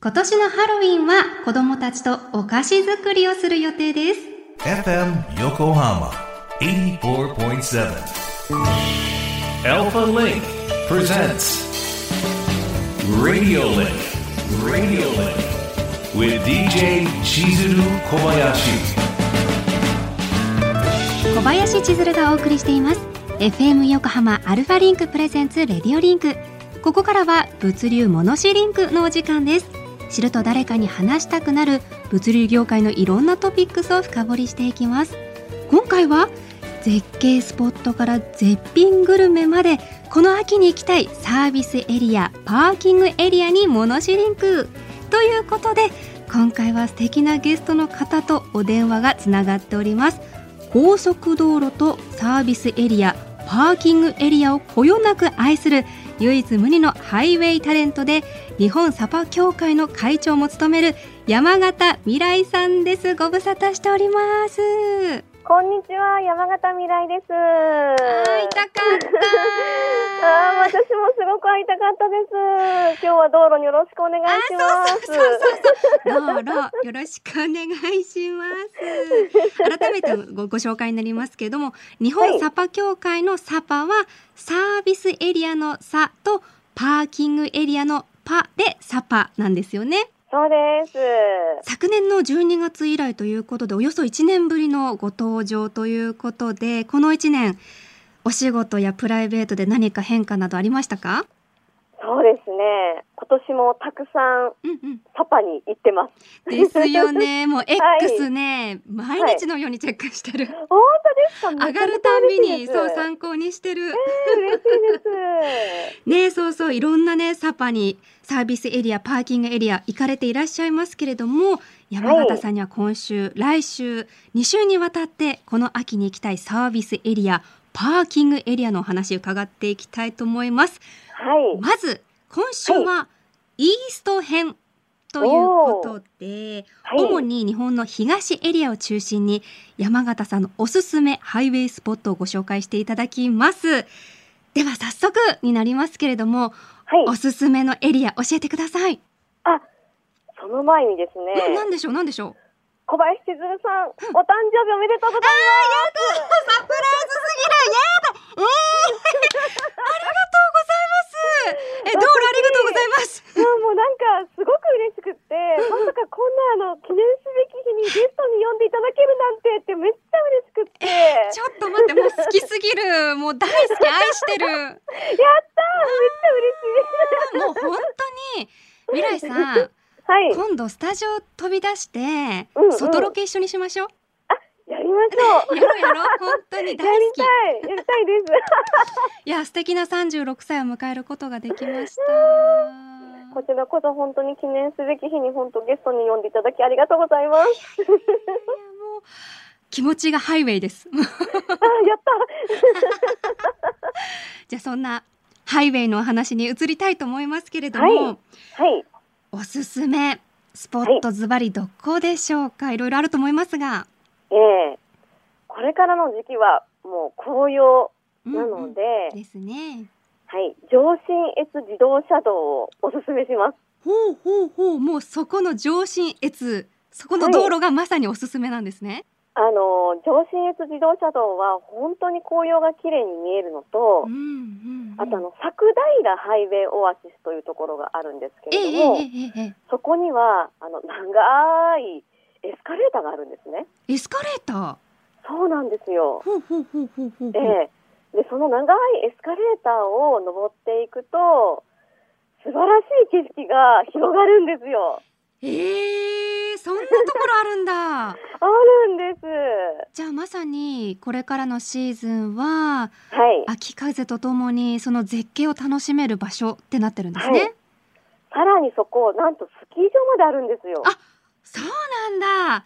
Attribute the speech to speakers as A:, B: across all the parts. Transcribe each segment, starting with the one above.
A: 今年のハロウィンは子供たちとお菓子作りをする予定です
B: FM Yokohama 84.7
C: Alpha Link presents Radio Link. Radio Link with DJ Chizuru Kobayashi.
A: 小林千鶴がお送りしています FM 横浜アルファリンクプレゼンツレディオリンクここからは物流モノシリンクのお時間です知ると誰かに話したくなる物流業界のいろんなトピックスを深掘りしていきます今回は絶景スポットから絶品グルメまでこの秋に行きたいサービスエリアパーキングエリアにモノシリンクということで今回は素敵なゲストの方とお電話がつながっております高速道路とサービスエリアパーキングエリアをこよなく愛する唯一無二のハイウェイタレントで日本サパ協会の会長も務める山形未来さんですご無沙汰しております
D: こんにちは、山形未来です。
A: 会いたかった
D: あー私もすごく会いたかったです。今日は道路によろしくお願いします。
A: どうぞよろしくお願いします。改めてごご紹介になりますけれども、日本サパ協会のサパはサービスエリアのサとパーキングエリアのパでサパなんですよね。
D: そうです。
A: 昨年の12月以来ということで、およそ1年ぶりのご登場ということで、この1年、お仕事やプライベートで何か変化などありましたか？
D: そうですね。今年もたくさ
A: う
D: ん
A: んうん。
D: パパに行ってます。
A: ですよ ね。もう
D: い
A: X ね、毎日のようにチェックしてる。
D: 本当ですか
A: 上がるたんびに、そう、
D: 嬉しい
A: 参考にしてる。
D: です。
A: ねそうそう、いろんなね、サパに、サービスエリア、パーキングエリア、行かれていらっしゃいますけれども、山形さんには今週、来週、2週にわたって、この秋に行きたいサービスエリア、パーキングエリアのお話伺っていきたいと思います。
D: はい。
A: まず、今週は、イースト編ということで、
D: はい。
A: 主に日本の東エリアを中心に山形さんのおすすめハイウェイスポットをご紹介していただきますでは早速になりますけれども
D: はい
A: お。すすめのエリア教えてください、
D: その前にです
A: うん
D: ね、
A: 何でしょう何でしょう
D: 小林千鶴さん、お誕生日おめでとうございます。
A: サプライズす ぎるやだえー、ありがとうございますえどうもありがとうございます
D: いやもうなんかすごく嬉しくって、 まさかこんなあの記念すべき日にゲストに呼んでいただけるなんてってめっちゃ嬉しくって、
A: ちょっと待ってもう好きすぎるもう大好き愛して る
D: やったーめっちゃ
A: もう本当に未来さん
D: 嬉 しい。はい、
A: 今度スタジオ飛び出して、
D: うんうん
A: 外ロケ一緒にしましょう。
D: やりましょう。
A: やろうやろう、 本当に
D: やり
A: 大好き。
D: たい、やりた いです。
A: いや、素敵な36歳を迎えることができました。
D: こちらこそ本当に記念すべき日に本当ゲストに呼んでいただきありがとうござ います。
A: いやもう気持ちがハイウェイです。
D: あ、やった。
A: じゃあ、そんなハイウェイのお話に移りたいと思いますけれども。
D: はいはい、
A: おすすめスポットズバリどこでしょうか。いろいろあると思いますが。
D: えー、これからの時期はもう紅葉
A: うん
D: な
A: うん
D: ので、
A: ですね。
D: はい、上信越自動車道をおすすめします。
A: ほうほうほう、もうそこの上信越。そこの道路がまさにおすすめなんですね。
D: あの上信越自動車道は本当に紅葉が綺麗に見えるのと
A: うん、うんうん
D: あとあの桜平ハイウェイオアシスというところがあるんですけ
A: え
D: れ
A: え
D: ども、
A: えええええ
D: そこにはあの長いエスカレーターがあるんですね。
A: えエスカレーター。
D: そうなんですよ。
A: ほうほうほうほうほう
D: ええでその長いエスカレーターを登っていくと素晴らしい景色が広がるんですよ。
A: ええそんなところあるんだ。
D: あるんです。
A: じゃあまさにこれからのシーズンは
D: はい。
A: 秋風とともにその絶景を楽しめる場所ってなってるんですね。
D: はいさらにそこなんとスキー場まであるんですよ。
A: あそうなんだ。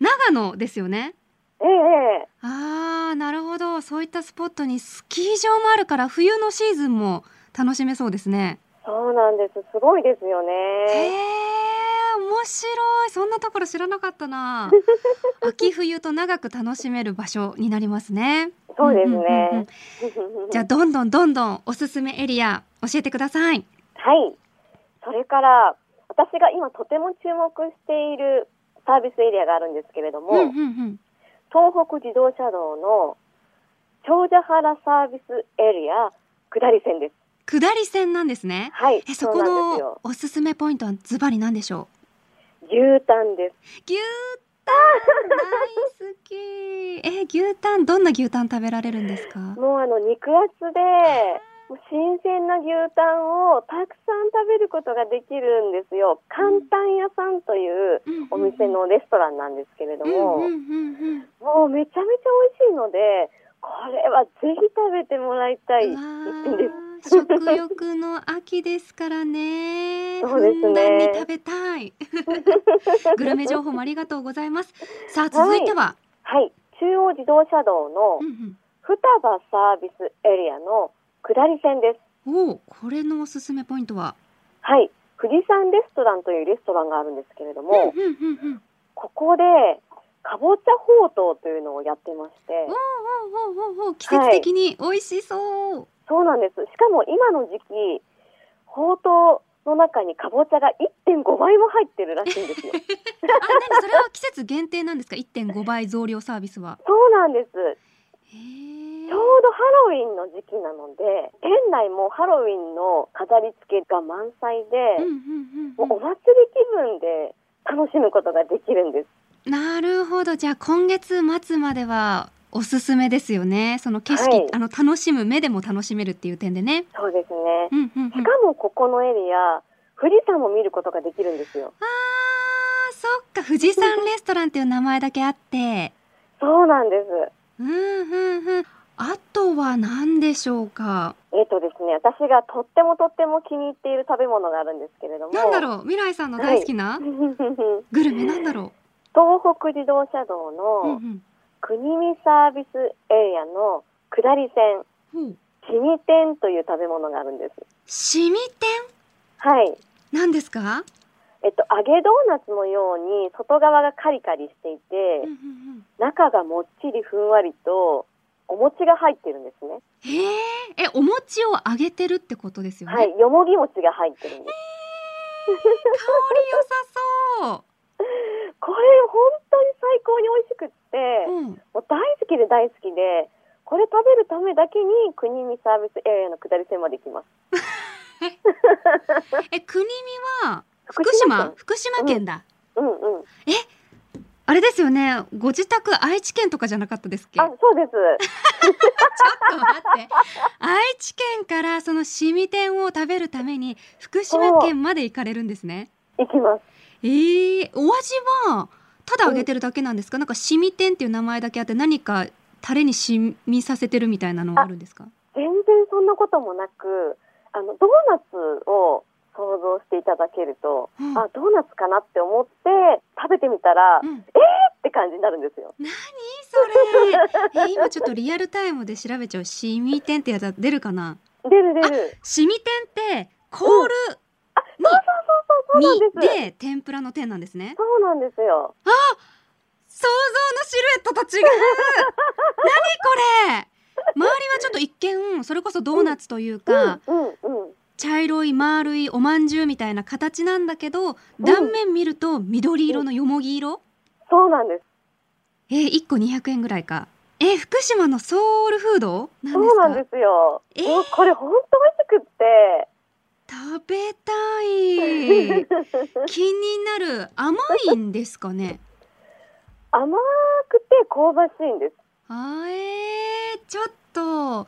A: 長野ですよね。
D: ええええ
A: ああなるほど。そういったスポットにスキー場もあるから冬のシーズンも楽しめそうですね。
D: そうなんです。すごいですよ
A: へえ
D: ね。
A: 面白いそんなところ知らなかった な秋冬と長く楽しめる場所になりますね
D: そうです
A: んんうんう
D: ね
A: ん。じゃあ どんどんどんどんおすすめエリア教えてください
D: はい。それから、私が今とても注目しているサービスエリアがあるんですけれども、
A: うんうん
D: 東北自動車道の長者原サービスエリア下り線です。
A: うん、下り線なんですね
D: はい、
A: えそこ
D: うなんです
A: の
D: よ。
A: おすすめポイントはズバリ何でしょ
D: 牛タンです。
A: う牛タン大好きえ牛タンどんな牛タン食べられるんですか
D: もうあの肉厚で、もう新鮮な牛タンをたくさん食べることができるんですよ。簡単屋さんというお店のレストランなんですけれど
A: うんう
D: も、
A: んうんうん
D: もうめちゃめちゃ美味しいので、これはぜひ食べてもらいたい一品です。
A: うわー食欲の秋ですからね。
D: そうですね
A: ふんだんに食べたい。 グルメ情報もありがとうございます。さあ続いては、
D: はい、中央自動車道の
A: うん
D: 双葉サービスエリアの下り線です。
A: うん、おおこれのおすすめポイントは、
D: はい、富士山レストランというレストランがあるんですけれども、
A: うんうんうんうん、
D: ここで、かぼちゃほうとうというのをやってまして、
A: おおおおおお季節的に美味しそう。
D: そうなんです。しかも今の時期、ほうとうの中にかぼちゃが1.5倍も入ってるらしいんで すよ。
A: あ、何それは季節限定なんですか？1.5倍増量サービスは。
D: そうなんです。ち
A: へえ
D: ょう。どハロウィンの時期なので、店内もハロウィンの飾り付けが満載
A: うんう
D: で、
A: んうん
D: もうお祭り気分で楽しむことができるんです。
A: うん。なるほど。じゃあ今月末まではおすすめですよね。その景色、
D: はい
A: あの楽しむ目でも楽しめるっていう点でね。
D: そうですね。
A: うんうんうん、
D: しかもここのエリア、富士山も見ることができるんですよ。
A: あーそっか富士山レストランっていう名前だけあって
D: そうなんです。
A: うんうんうんあとは何でしょうか
D: えっ、とですね、私がとってもとっても気に入っている食べ物があるんですけれども。
A: なんだろう未来さんの大好きなグルメなんだろ
D: 東北自動車道
A: う、うんう
D: の
A: ん、
D: 国見サービスエリアの下り線、
A: ほう
D: シミ天という食べ物があるんです。
A: シミ天
D: はい。
A: なんですか、
D: えっと、揚げドーナツのように外側がカリカリしていて、
A: うんうんうん、
D: 中がもっちりふんわりとお餅が入ってるんですね。
A: へええお餅を揚げてるってことですよね、
D: は
A: 香
D: い。よもぎ餅が入ってるんです。
A: り良さそ
D: これ本当に最高に美味しくって。
A: う、うん、
D: もう大好きで大好きで、これ食べるためだけに国見サービスエリアの下り線まで行きます。
A: え国見は福島福島県だ、
D: 県うんうん。
A: あれですよねご自宅愛知県とかじゃなかったですっけ
D: あ、そうです。
A: ちょっと待って。愛知県からそのシミ天を食べるために福島県まで行かれるんですね。
D: 行きます。
A: えー、お味はただ揚げてるだけなんですか。なんかシミ天っていう名前だけあって何かタレに染みさせてるみたいなのはあるんですか。
D: 全然そんなこともなく、あの、ドーナツを想像していただけると、
A: うん
D: あ、ドーナツかなって思って食べてみたら、
A: うん。
D: って感じになるんですよ。
A: 何それ。えー今ちょっとリアルタイムで調べちゃう。シミ天ってやつは出るかな。
D: 出る出る。
A: シミ天ってコールに
D: そうそうそうそうなんです。
A: みで天ぷらの天なんですね。
D: そうなんですよ。
A: 想像のシルエットと違う何これ周りはちょっと一見それこそドーナツというか、
D: うんうん。
A: 茶色い丸いおまんじゅうみたいな形なんだけど断面見ると緑色のよもぎ色、
D: そうなんです。
A: えー、1個200円ぐらいかえー、福島のソウルフードなん
D: そ
A: です
D: う
A: か
D: なんですよ。
A: えー
D: もうこれ本当美味しくって。
A: 食べたい気になる甘いんですかね
D: 甘くて香ばしいんです。
A: あーえー、ちょっと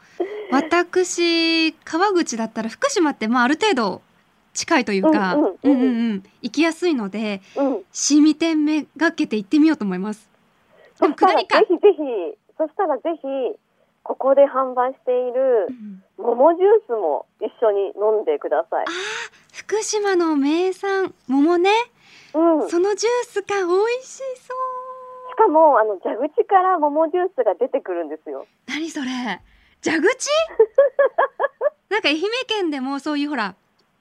A: 私川口だったら福島って、まあ、ある程度近いというか、
D: うんうんうん
A: うん行きやすいので
D: うん。
A: シミ店めがけて行ってみようと思いますで
D: そ
A: も
D: した
A: 下
D: らぜ
A: りか、
D: ひぜひ、そしたらぜひ、ここで販売している
A: うん
D: 桃ジュースも一緒に飲んでください。
A: 福島の名産桃ね、
D: うん。し
A: そのジュースか美味しそう
D: かも、あの、蛇口から桃ジュースが出てくるんですよ。
A: 何それ蛇口 なんか愛媛県でもそういうほら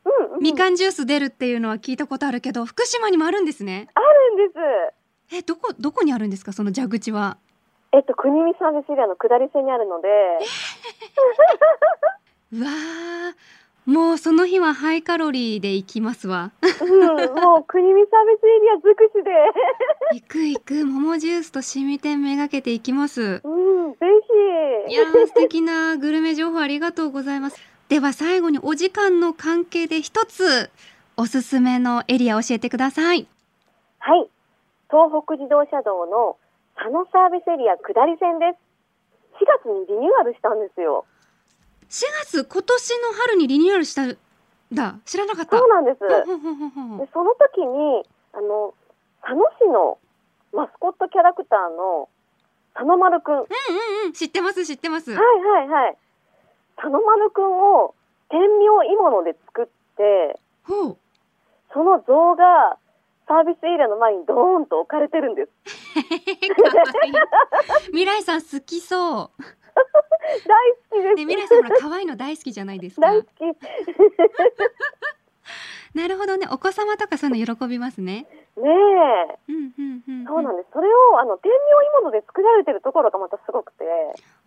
D: うん、うん。
A: みかんジュース出るっていうのは聞いたことあるけど福島にもあるんですね
D: あるんです。
A: えどこどこにあるんですかその蛇口は
D: えっと、国見サービスエリアの下り線にあるので、
A: うわーもうその日はハイカロリーでいきます わ。
D: うん、もう国見サービスエリア尽くしで、
A: 行く行く、桃ジュースとシミ店めがけていきます。
D: うん、ぜ
A: い
D: ひ。
A: やー、素敵なグルメ情報ありがとうございます。では最後にお時間の関係で一つ、おすすめのエリア教えてください。
D: はい、東北自動車道の佐野サービスエリア下り線です。4月にリニューアルしたんですよ。
A: 4月、今年の春にリニューアルしたんだ。知らなかった。
D: そうなんです。
A: ほんほんほんほんほん
D: でその時にあの佐野市のマスコットキャラクターの佐野丸くん、はい
A: うんうん、知ってます、知ってます。
D: はいはい佐野丸くんを天明鋳物で作って
A: ほう。
D: その像がサービスエリアの前にドーンと置かれてるんです
A: かわいい。未来さん好きそう。
D: 大好
A: ね、
D: き
A: 未
D: で
A: 来
D: す、
A: さんほら可愛いの大好きじゃないですか。
D: 大好き
A: なるほどね、お子様とかそういうの喜びますね。
D: ね
A: う
D: え
A: んうんうん。
D: そうなん
A: ん。
D: ですそれをあの天明鋳物で作られてるところがまたすごくて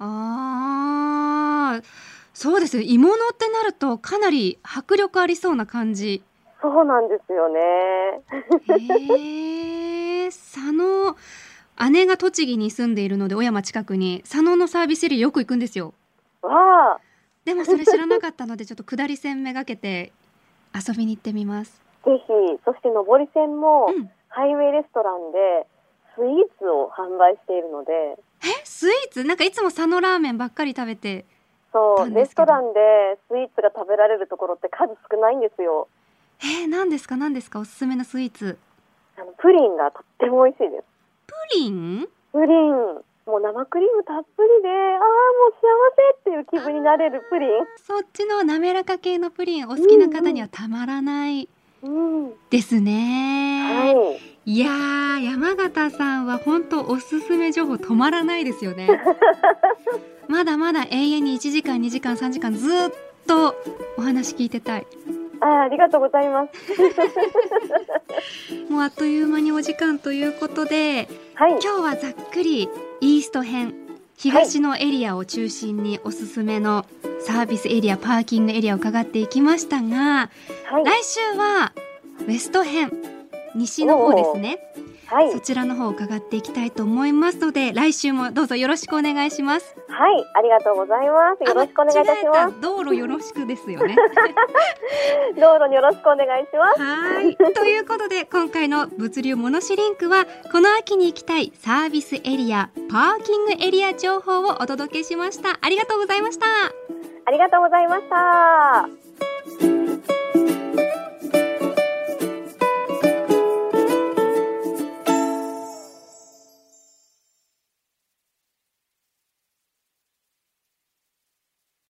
A: ああ、そうですね。鋳物ってなるとかなり迫力ありそうな感じ。
D: そうなんですよね
A: へえ、佐野。姉が栃木に住んでいるので小山近くに佐野のサービスエリアよく行くんですよ
D: わあ
A: でもそれ知らなかったのでちょっと下り線めがけて遊びに行ってみます
D: ぜひそして上り線も、
A: うん
D: ハイウェイレストランでスイーツを販売しているので、
A: えスイーツなんかいつも佐野ラーメンばっかり食べて
D: そ
A: な
D: う、
A: んで
D: レ
A: す
D: ス
A: け
D: ト
A: ど
D: ランでスイーツが食べられるところって数少ないんですよ。
A: えー、何ですか何ですかおすすめのスイーツ
D: あのプリンがとっても美味しいです。
A: プリン
D: プリン、もう生クリームたっぷりで、ああ、もう幸せっていう気分になれるプリ
A: そっちの滑らか系のプリンお好きな方にはたまらない
D: ン。うん。
A: ですね、
D: はい。
A: い、やー山形さんは本当おすすめ情報止まらないです よねまだまだ永遠に1時間2時間3時間ずーっとお話聞いてたい
D: あーありがとうございます。
A: もうあっという間にお時間ということで
D: はい。
A: 今日はざっくりイースト編東のエリアを中心におすすめのサービスエリアパーキングエリアを伺っていきましたが
D: はい。
A: 来週はウエスト編西の方ですね
D: はい。
A: そちらの方を伺っていきたいと思いますので来週もどうぞよろしくお願いします
D: はい。ありがとうございます。よろしくお願いいたし
A: あ間違
D: ま
A: えた道路よろしくですよね
D: す。道路によろしくお願いします。
A: はい。ということで、今回の物流モノシリンクは、この秋に行きたいサービスエリア、パーキングエリア情報をお届けしました。ありがとうございました。
D: ありがとうございました。